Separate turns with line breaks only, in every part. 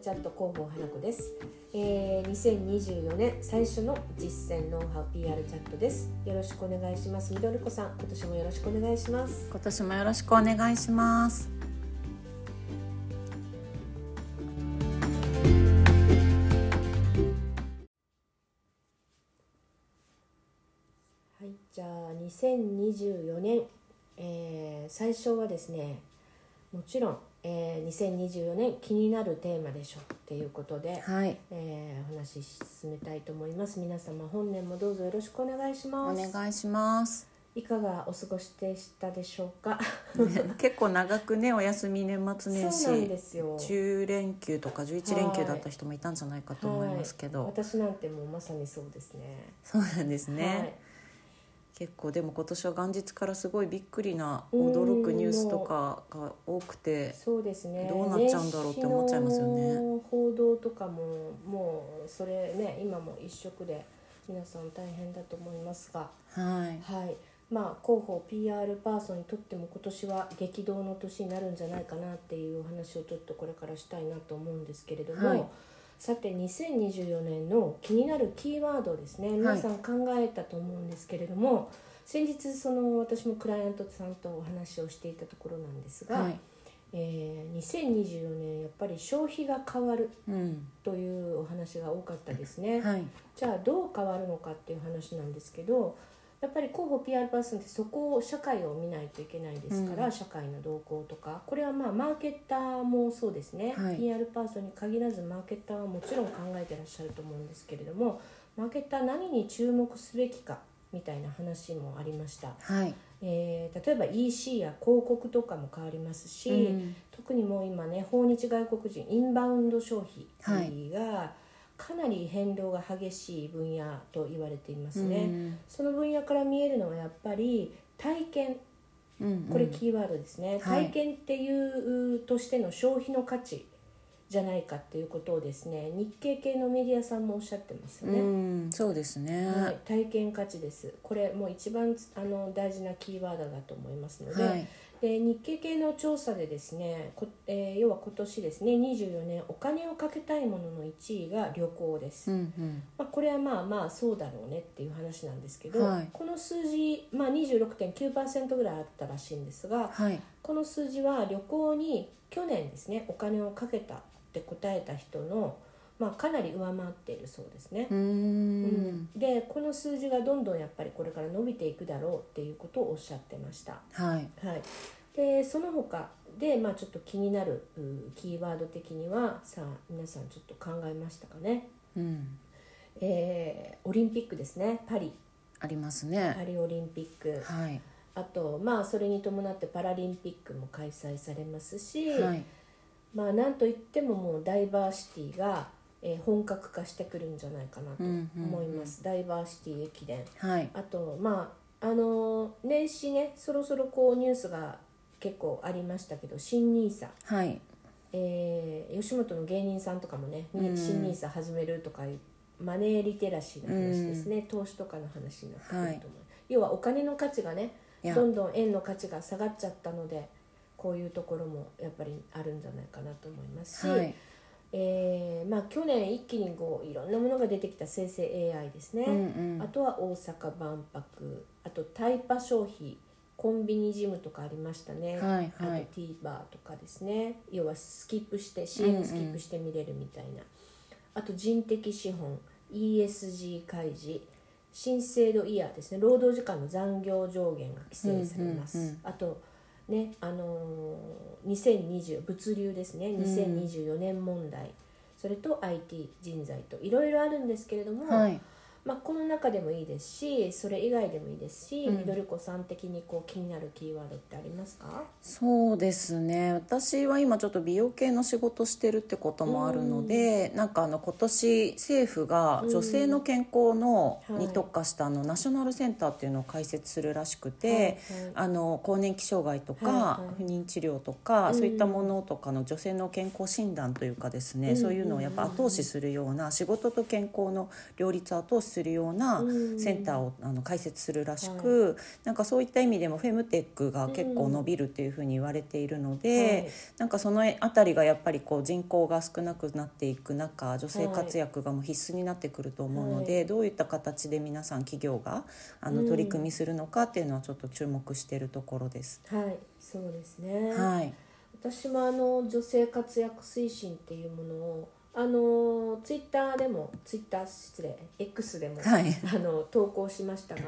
チャット広報花子です、えー、2024年最初の実践ノウハウ PR チャットですよろしくお願いしますみどりこさん今年もよろしくお願いします
今年もよろしくお願いします。
はいじゃあ2024年、えー、最初はですねもちろん、えー、2024年気になるテーマでしょっていうことで、
はい、
えー、お話し進めたいと思います皆様本年もどうぞよろしくお願いし
お
ます
願いします。
いかがお過ごしでしたでしょうか
ね結構長くね、お休み年末 年
そうなんで
始。
すよ
10連休とか11連休だった人もいたんじゃないかと思いますけど、
はい、私なんてもうまさにそうですね
そうなんですね、
はい
結構でも今年は元日からすごいびっくりな
うん
驚くニュースとかが多くて
そうですね
どうなっちゃうんだろうって思っちゃいますよね
年始の報道とかももうそれね今も一色で皆さん大変だと思いますが
はい
はいまあ広報 PR パーソンにとっても今年は激動の年になるんじゃないかなっていうお話をちょっとこれからしたいなと思うんですけれども、
はい
さて2024年の気になるキーワードですね皆さん考えたと思うんですけれども、先日その私もクライアントさんとお話をしていたところなんですが、
はい、
えー2024年やっぱり消費が変わる
うん、
というお話が多かったですね。
はい、
じゃあどう変わるのかっていう話なんですけどやっぱり広報 PR パーソンってそこを社会を見ないといけないですから、
うん
社会の動向とかこれはまあマーケッターもそうですね、
はい
PR パーソンに限らずマーケッターはもちろん考えてらっしゃると思うんですけれどもマーケッター何に注目すべきかみたいな話もありました、
はい、
えー例えば EC や広告とかも変わりますし、
うん
特にもう今ね訪日外国人インバウンド消費がかなり変動が激しい分野と言われていますね、
うん
その分野から見えるのはやっぱり体験
うん
これキーワードですね、
はい
体験っていうとしての消費の価値じゃないかっていうことをですね日系系のメディアさんもおっしゃってますよね、
うん、そうですね。
はい、体験価値ですこれもう一番つあの大事なキーワードだと思いますので、
はい、
で日経系の調査でですねこ、えー要は今年ですね24年お金をかけたいものの1位が旅行です、
うん
まあ、これはまあまあそうだろうねっていう話なんですけど、
はい
この数字、まあ、26.9%ぐらいあったらしいんです
うん、
が
はい、
この数字は旅行に去年ですねお金をかけたって答えた人の、まあ、かなり上回っているそうですね。
うーん、
でこの数字がどんどんやっぱりこれから伸びていくだろうっていうことをおっしゃってました。
はい、
はい、でその他で、まあ、ちょっと気になるうキーワード的にはさあ皆さんちょっと考えましたかね、
うん、
えーオリンピックですねパリ
あります
パ
ね。
リオリンピック
はい、
あとまあそれに伴ってパラリンピックも開催されますし、
はい、
まあなんといってももうダイバーシティが、えー本格化してくるんじゃないかなと思います、ダイバーシティ駅伝
はい、
あとまああのー年始ねそろそろこうニュースが結構ありましたけど新ニーサ
はい、
えー吉本の芸人さんとかもね、
うん
新ニーサ始めるとかいうマネーリテラシーの話ですね、投資とかの話になってくると思う、
はい
要はお金の価値がね
いや
ど、んどん円の価値が下がっちゃったのでこういうところもやっぱりあるんじゃないかなと思いますし、
はい、
えーまあ、去年一気にこういろんなものが出てきた生成 AI ですね、
うん、うん
あ、とは大阪万博あとタイパ消費コンビニジムとかありましたね、
はい
あと
はい
TVer とかですね要はスキップして
うんう
CM
ん
スキップして見れるみたいな、あと人的資本 ESG 開示新制度イヤーですね労働時間の残業上限が規制されます、
うんうんうん
あとねあのー2020物流ですね2024年問題、それと IT 人材といろいろあるんですけれども、
はい、
まあ、この中でもいいですしそれ以外でもいいですし、
うん
みどりこさん的にこう気になるキーワードってありますか
そうですね。私は今ちょっと美容系の仕事してるってこともあるので、なんかあの今年政府が女性の健康の
うん
に特化したあのナショナルセンターっていうのを開設するらしくて。
はい
あの更年期障害とか、
はいはい
不妊治療とか、
うん
そういったものとかの女性の健康診断というかですね、
うん
そういうのをやっぱ後押しするような仕事と健康の両立を後押しすするような
うん
センターをあの開設するらしく、なんかそういった意味でもフェムテックが結構伸びるっていうふうに言われているので、
はい
なんかその辺りがやっぱりこう人口が少なくなっていく中女性活躍がもう必須になってくると思うので、
はい
どういった形で皆さん企業があ
う
の
ん
取り組みするのかっていうのはちょっと注目してるところです。
はい、そうですね、
はい、
私もあの女性活躍推進っていうものをあのツイッターでもツイッター失礼 X でも、
はい
あの投稿しましたが、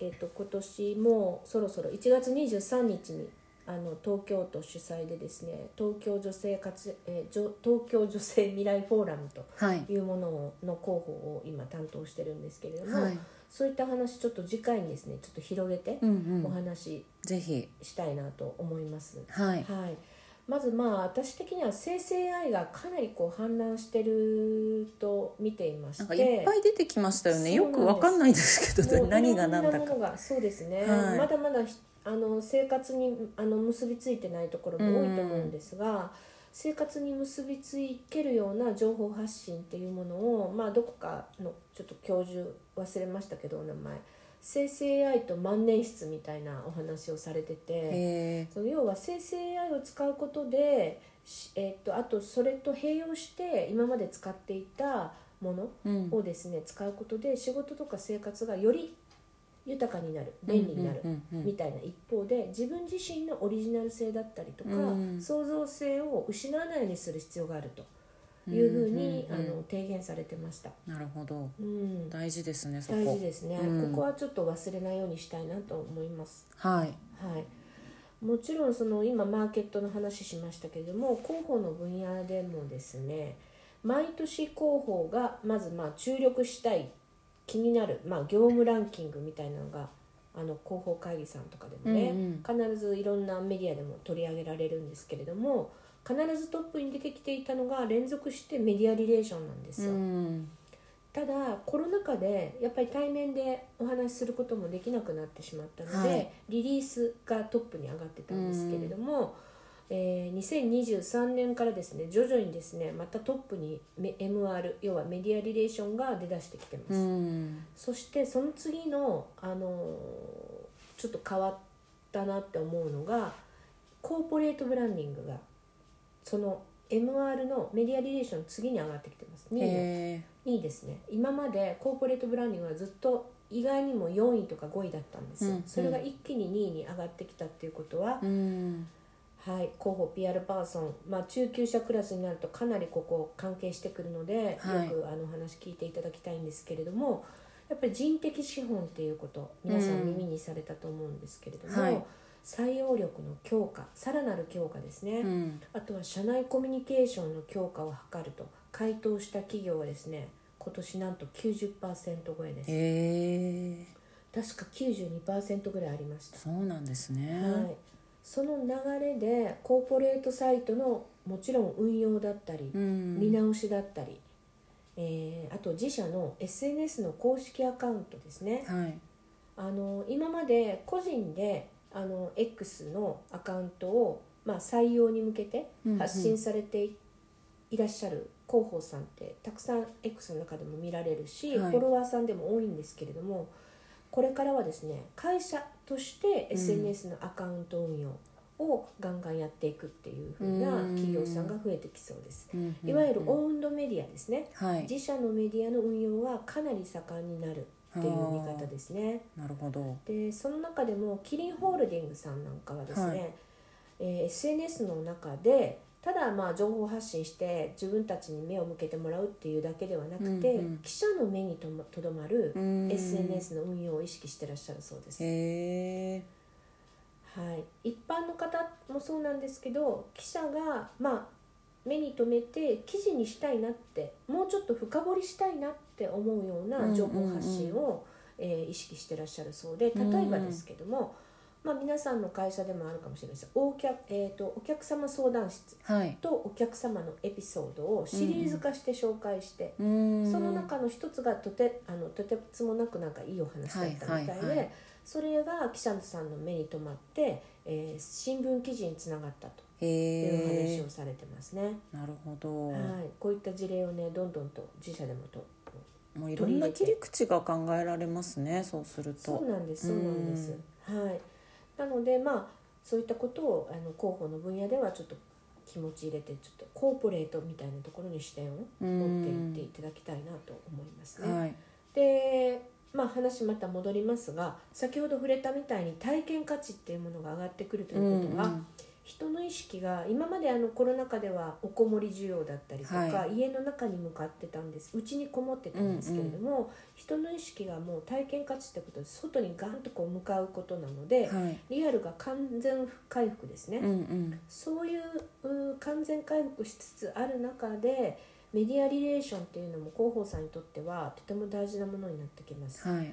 えっと今年もうそろそろ1月23日にあの東京都主催でですね東京女性活、えー、じょ東京女性未来フォーラムと
はい
いうものをの候補を今担当してるんですけれども、
はい
そういった話ちょっと次回にですねちょっと広げて
うんう
お
ん、
話
ぜひ、
ししたいなと思います。
はい、
はい、まずまあ私的には生成 AI がかなりこう氾濫してると見ていま
な
し
んか
て
いっぱい出てきましたよね
そうなん
よ
です
くわかんないですけ
も
ど、
う
ね、何が何だ
いろんな
か
ものがそうですね、
はい
まだまだひあの生活にあの結びついてないところも多いと思うんですが、生活に結びつけるような情報発信っていうものを、まあ、どこかのちょっと教授忘れましたけどお名前生成 AI と万年筆みたいなお話をされてて。
へ
その要は生成 AI を使うことで、しえっとあとそれと併用して今まで使っていたもの
ーうん
をですね、使うことで仕事とか生活がより豊かになる便利になる、
うんうんうん
みたいな一方で自分自身のオリジナル性だったりとか、
うん
創造性を失わないようにする必要があるというふうに、
うんうんうん
あの提言されてました。
なるほど
うん
大事ですねそこ
大事ですね、
うん
ここはちょっと忘れないようにしたいなと思います。
はい
はい、もちろんその今マーケットの話しましたけれども広報の分野でもですね毎年広報がまずまあ注力したい気になる、まあ、業務ランキングみたいなのがあの広報会議さんとかでもね、
うん
必ずいろんなメディアでも取り上げられるんですけれども必ずトップに出てきていたのが連続してメディアリレーションなんですよ。
うん
ただコロナ禍でやっぱり対面でお話しすることもできなくなってしまったので、
はい
リリースがトップに上がってたんですけれども、えー2023年からですね徐々にですねまたトップにめ MR 要はメディアリレーションが出だしてきてます、
うん
そしてその次の、あのーちょっと変わったなって思うのがコーポレートブランディングがその MR のメディアリレーションの次に上がってきてますね。
へ
いいですね今までコーポレートブランディングはずっと意外にも4位とか5位だったんですよ、
うんうん
それが一気に2位に上がってきたっていうことは
ー、うん
はい、広報 PR パーソン、まあ、中級者クラスになるとかなりここ関係してくるので、
はい
よくあのお話聞いていただきたいんですけれどもやっぱり人的資本っていうこと皆さん
うん
耳にされたと思うんですけれども、
はい
採用力の強化さらなる強化ですね、
うん
あとは社内コミュニケーションの強化を図ると回答した企業はですね今年なんと90%超えです
へえ
確か92%ぐらいありました、
そうなんですね、
はい、その流れでコーポレートサイトのもちろん運用だったり、
うん
見直しだったり、えーあと自社の SNS の公式アカウントですね
はい
あの今まで個人であの X のアカウントを、まあ、採用に向けて
うんうん
発信されていいらっしゃる広報さんってたくさん X の中でも見られるし、
はい
フォロワーさんでも多いんですけれどもこれからはですね会社として
ん
SNS のアカウント運用をガンガンやっていくっていう風な
うん
企業さんが増えてきそうです。
うんうんうん
いわゆるオウンドメディアですね
はい
自社のメディアの運用がかなり盛んになるっていう見方ですね。
なるほど
でその中でもキリンホールディングさんなんかはですね、
はい
えー SNS の中でただまあ情報発信して自分たちに目を向けてもらうっていうだけではなくて、
うんうん
記者の目にともとどまる
うん
SNS の運用を意識してらっしゃるそうです、
へえ
はい、一般の方もそうなんですけど記者がまあ目に留めて記事にしたいなってもうちょっと深掘りしたいなって思うような情報発信を、えー意識してらっしゃるそうで例えばですけども、まあ、皆さんの会社でもあるかもしれないですお客、えー、とお客様相談室
はい
とお客様のエピソードをシリーズ化して紹介して、
うん
その中の一つがとてあのとてつもなくなんかいいお話だったみたいで、
はいはいはい
それが記者さんの目に留まって、えー新聞記事につながったという
へ
話
え
をされてますね。
なるほど、
はい、こういった事例をねどんどんと自社でもと
もういろんな切り口が考えられますねそうする
そう
と
なんですそうなんです、はいなのでまあそういったことをあの広報の分野ではちょっと気持ち入れてちょっとコーポレートみたいなところに視点を持っていっていただきたいなと思いますね。
はい
でまあ話また戻りますが先ほど触れたみたいに体験価値っていうものが上がってくるということは、
うんうん
人の意識が今まであのコロナ禍ではおこもり需要だったりとか、
は
家の中に向かってたんですうちにこもってたんですけれども、人の意識がもう体験価値ってことで外にガンとこう向かうことなので、
はい
リアルが完全回復ですね。
うんうん
そういううん完全回復しつつある中でメディアリレーションっていうのも広報さんにとってはとても大事なものになってきます、
はい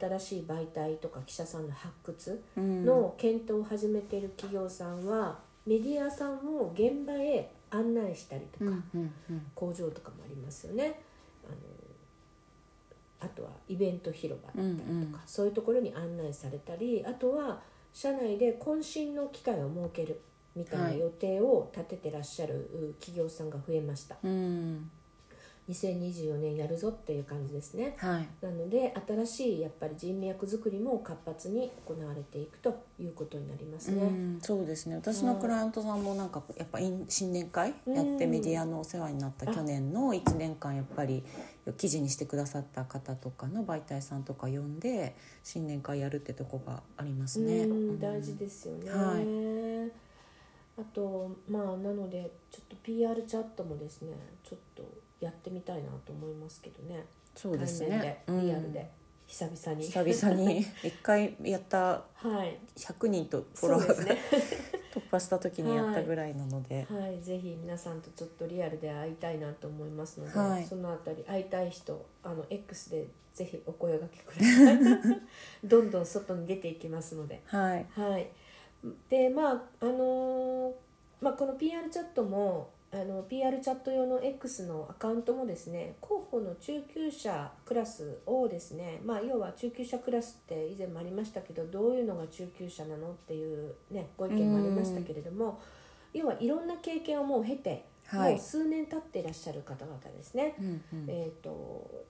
新しい媒体とか記者さんの発掘
うん
の検討を始めている企業さんはメディアさんを現場へ案内したりとか、
うんうんうん
工場とかもありますよねあのあとはイベント広場だったりとか、
うんうん
そういうところに案内されたりあとは社内で渾身の機会を設けるみたいな
はい
予定を立ててらっしゃるう企業さんが増えました
うん
2024年やるぞっていう感じですね
はい
なので新しいやっぱり人脈作りも活発に行われていくということになりますね、
うん、そうですね私のクライアントさんもなんかやっぱイン新年会やっ
う
て
ん
メディアのお世話になった去年の1年間やっぱり記事にしてくださった方とかの媒体さんとか呼んで新年会やるってとこがありますね。
うん、大事ですよね。
は
あとまあなのでちょっと PR チャットもですねちょっとやってみたいなと思いますけどね
そうです
対面
ね
でリアルで、久々に
うん久々に一回やった
はい
100人とフォ
そ
ロ
う
ワ
で
ー
す
が、
ね
突破した時にやったぐらいなの で、
はいぜひ皆さんとちょっとリアルで会いたいなと思いますので、
はい
そのあたり会いたい人あの X でぜひお声がけくだ さい どんどん外に出ていきますので
はい
はい、でまああのーまあ、この PR チャットもあの PR チャット用の X のアカウントもですね広報の中級者クラスをですね、まあ、要は中級者クラスって以前もありましたけどどういうのが中級者なのっていう、ね、ご意見もありましたけれども要はいろんな経験をもう経て、
はい
もう数年経っていらっしゃる方々ですね。
うんうん
えー、と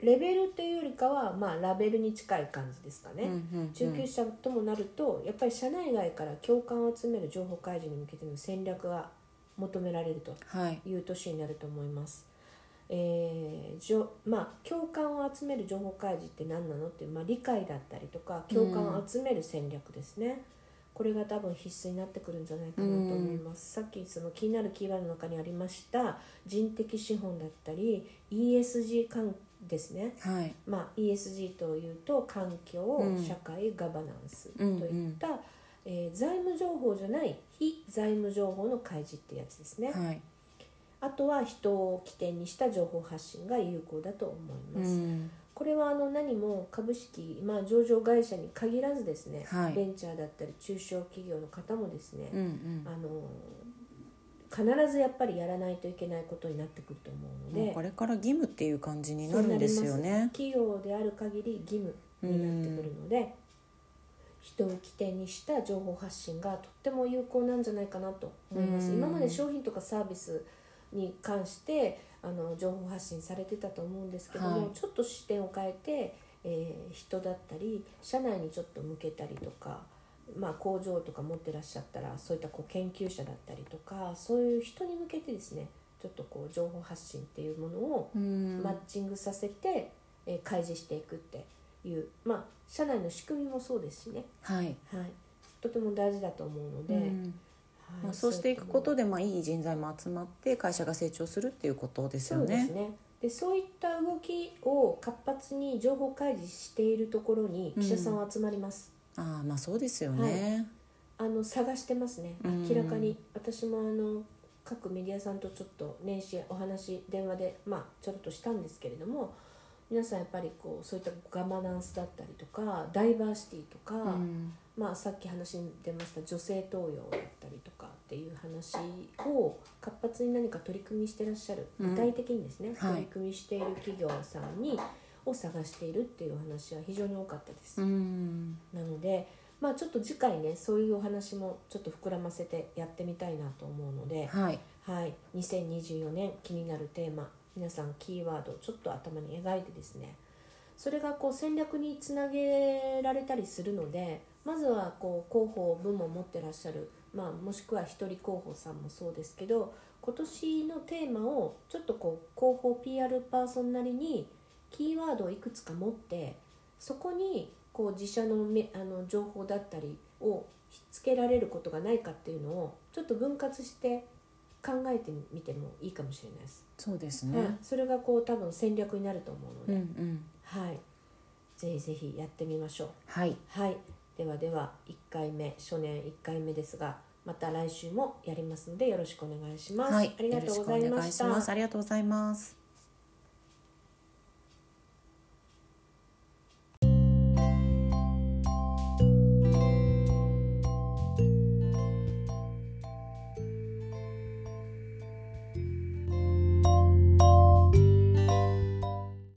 レベルというよりかは、まあ、ラベルに近い感じですかね。
うんうんうん
中級者ともなるとやっぱり社内外から共感を集める情報開示に向けての戦略が求められると
はい
いう年になると思います。えーじょまあ、共感を集める情報開示って何なのっていう、まあ、理解だったりとか共感を集める戦略ですね、これが多分必須になってくるんじゃないかなと思います、さっきその気になるキーワードの中にありました人的資本だったり ESG 関ですね、
はい
まあ、ESG というと環境、
うん
社会ガバナンスと
うんうん
いった、えー財務情報じゃない非財務情報の開示ってやつですね、
はい
あとは人を起点にした情報発信が有効だと思います、
うん
これはあの何も株式、まあ、上場会社に限らずですね、
はい
ベンチャーだったり中小企業の方もですね、
うんうん
あのー必ずやっぱりやらないといけないことになってくると思うの
もう
で
これから義務っていう感じになるんですよね。
企業である限り義務になってくるので、人を起点にした情報発信がとっても有効なんじゃないかなと思います、
うん
今まで商品とかサービスに関してあの情報発信されてたと思うんですけども、
はい
ちょっと視点を変えて、えー人だったり社内にちょっと向けたりとか、まあ、工場とか持ってらっしゃったらそういったこう研究者だったりとかそういう人に向けてですねちょっとこう情報発信っていうものを
うん
マッチングさせて、えー開示していくっていうまあ社内の仕組みもそうですしね、
はい。
はい、とても大事だと思うので、
うん
はい
まあ、そうしていくこと
で
で、まあ、いい人材も集まって会社が成長するっていうことですよ
そうです
ね。
ねでそういった動きを活発に情報開示しているところに記者さんは集まります、
ああまあそうですよね。
あの探してますね
うん
明らかに、私もあの各メディアさんとちょっと年始お話電話で、まあ、ちょろっとしたんですけれども皆さんやっぱりこうそういったガバナンスだったりとかダイバーシティとか、
うん
まあ、さっき話に出ました女性登用だったりとかっていう話を活発に何か取り組みしてらっしゃる
うん
具体的にですね、
はい
取り組みしている企業さんにを探しているっていうお話は非常に多かったです。
うん
なので、まあ、ちょっと次回ねそういうお話もちょっと膨らませてやってみたいなと思うので、
はい
はい、2024年気になるテーマ皆さんキーワードをちょっと頭に描いてですねそれがこう戦略につなげられたりするのでまずはこう広報部門を持ってらっしゃる、まあ、もしくは一人広報さんもそうですけど今年のテーマをちょっとこう広報 PR パーソンなりにキーワードをいくつか持ってそこにこう自社のめあの情報だったりをひっつけられることがないかっていうのをちょっと分割して考えてみてもいいかもしれないです。
そうです
は
ね
い、それがこう多分戦略になると思うの
う
で、
んうん
はい、ぜひぜひやってみましょう。
はい
はい、ではでは1回目初年1回目ですがまた来週もやりますのでよろしくお願いします。
はい
ありがとうござい
よろくお
ま
願い
し
したますありがとうございます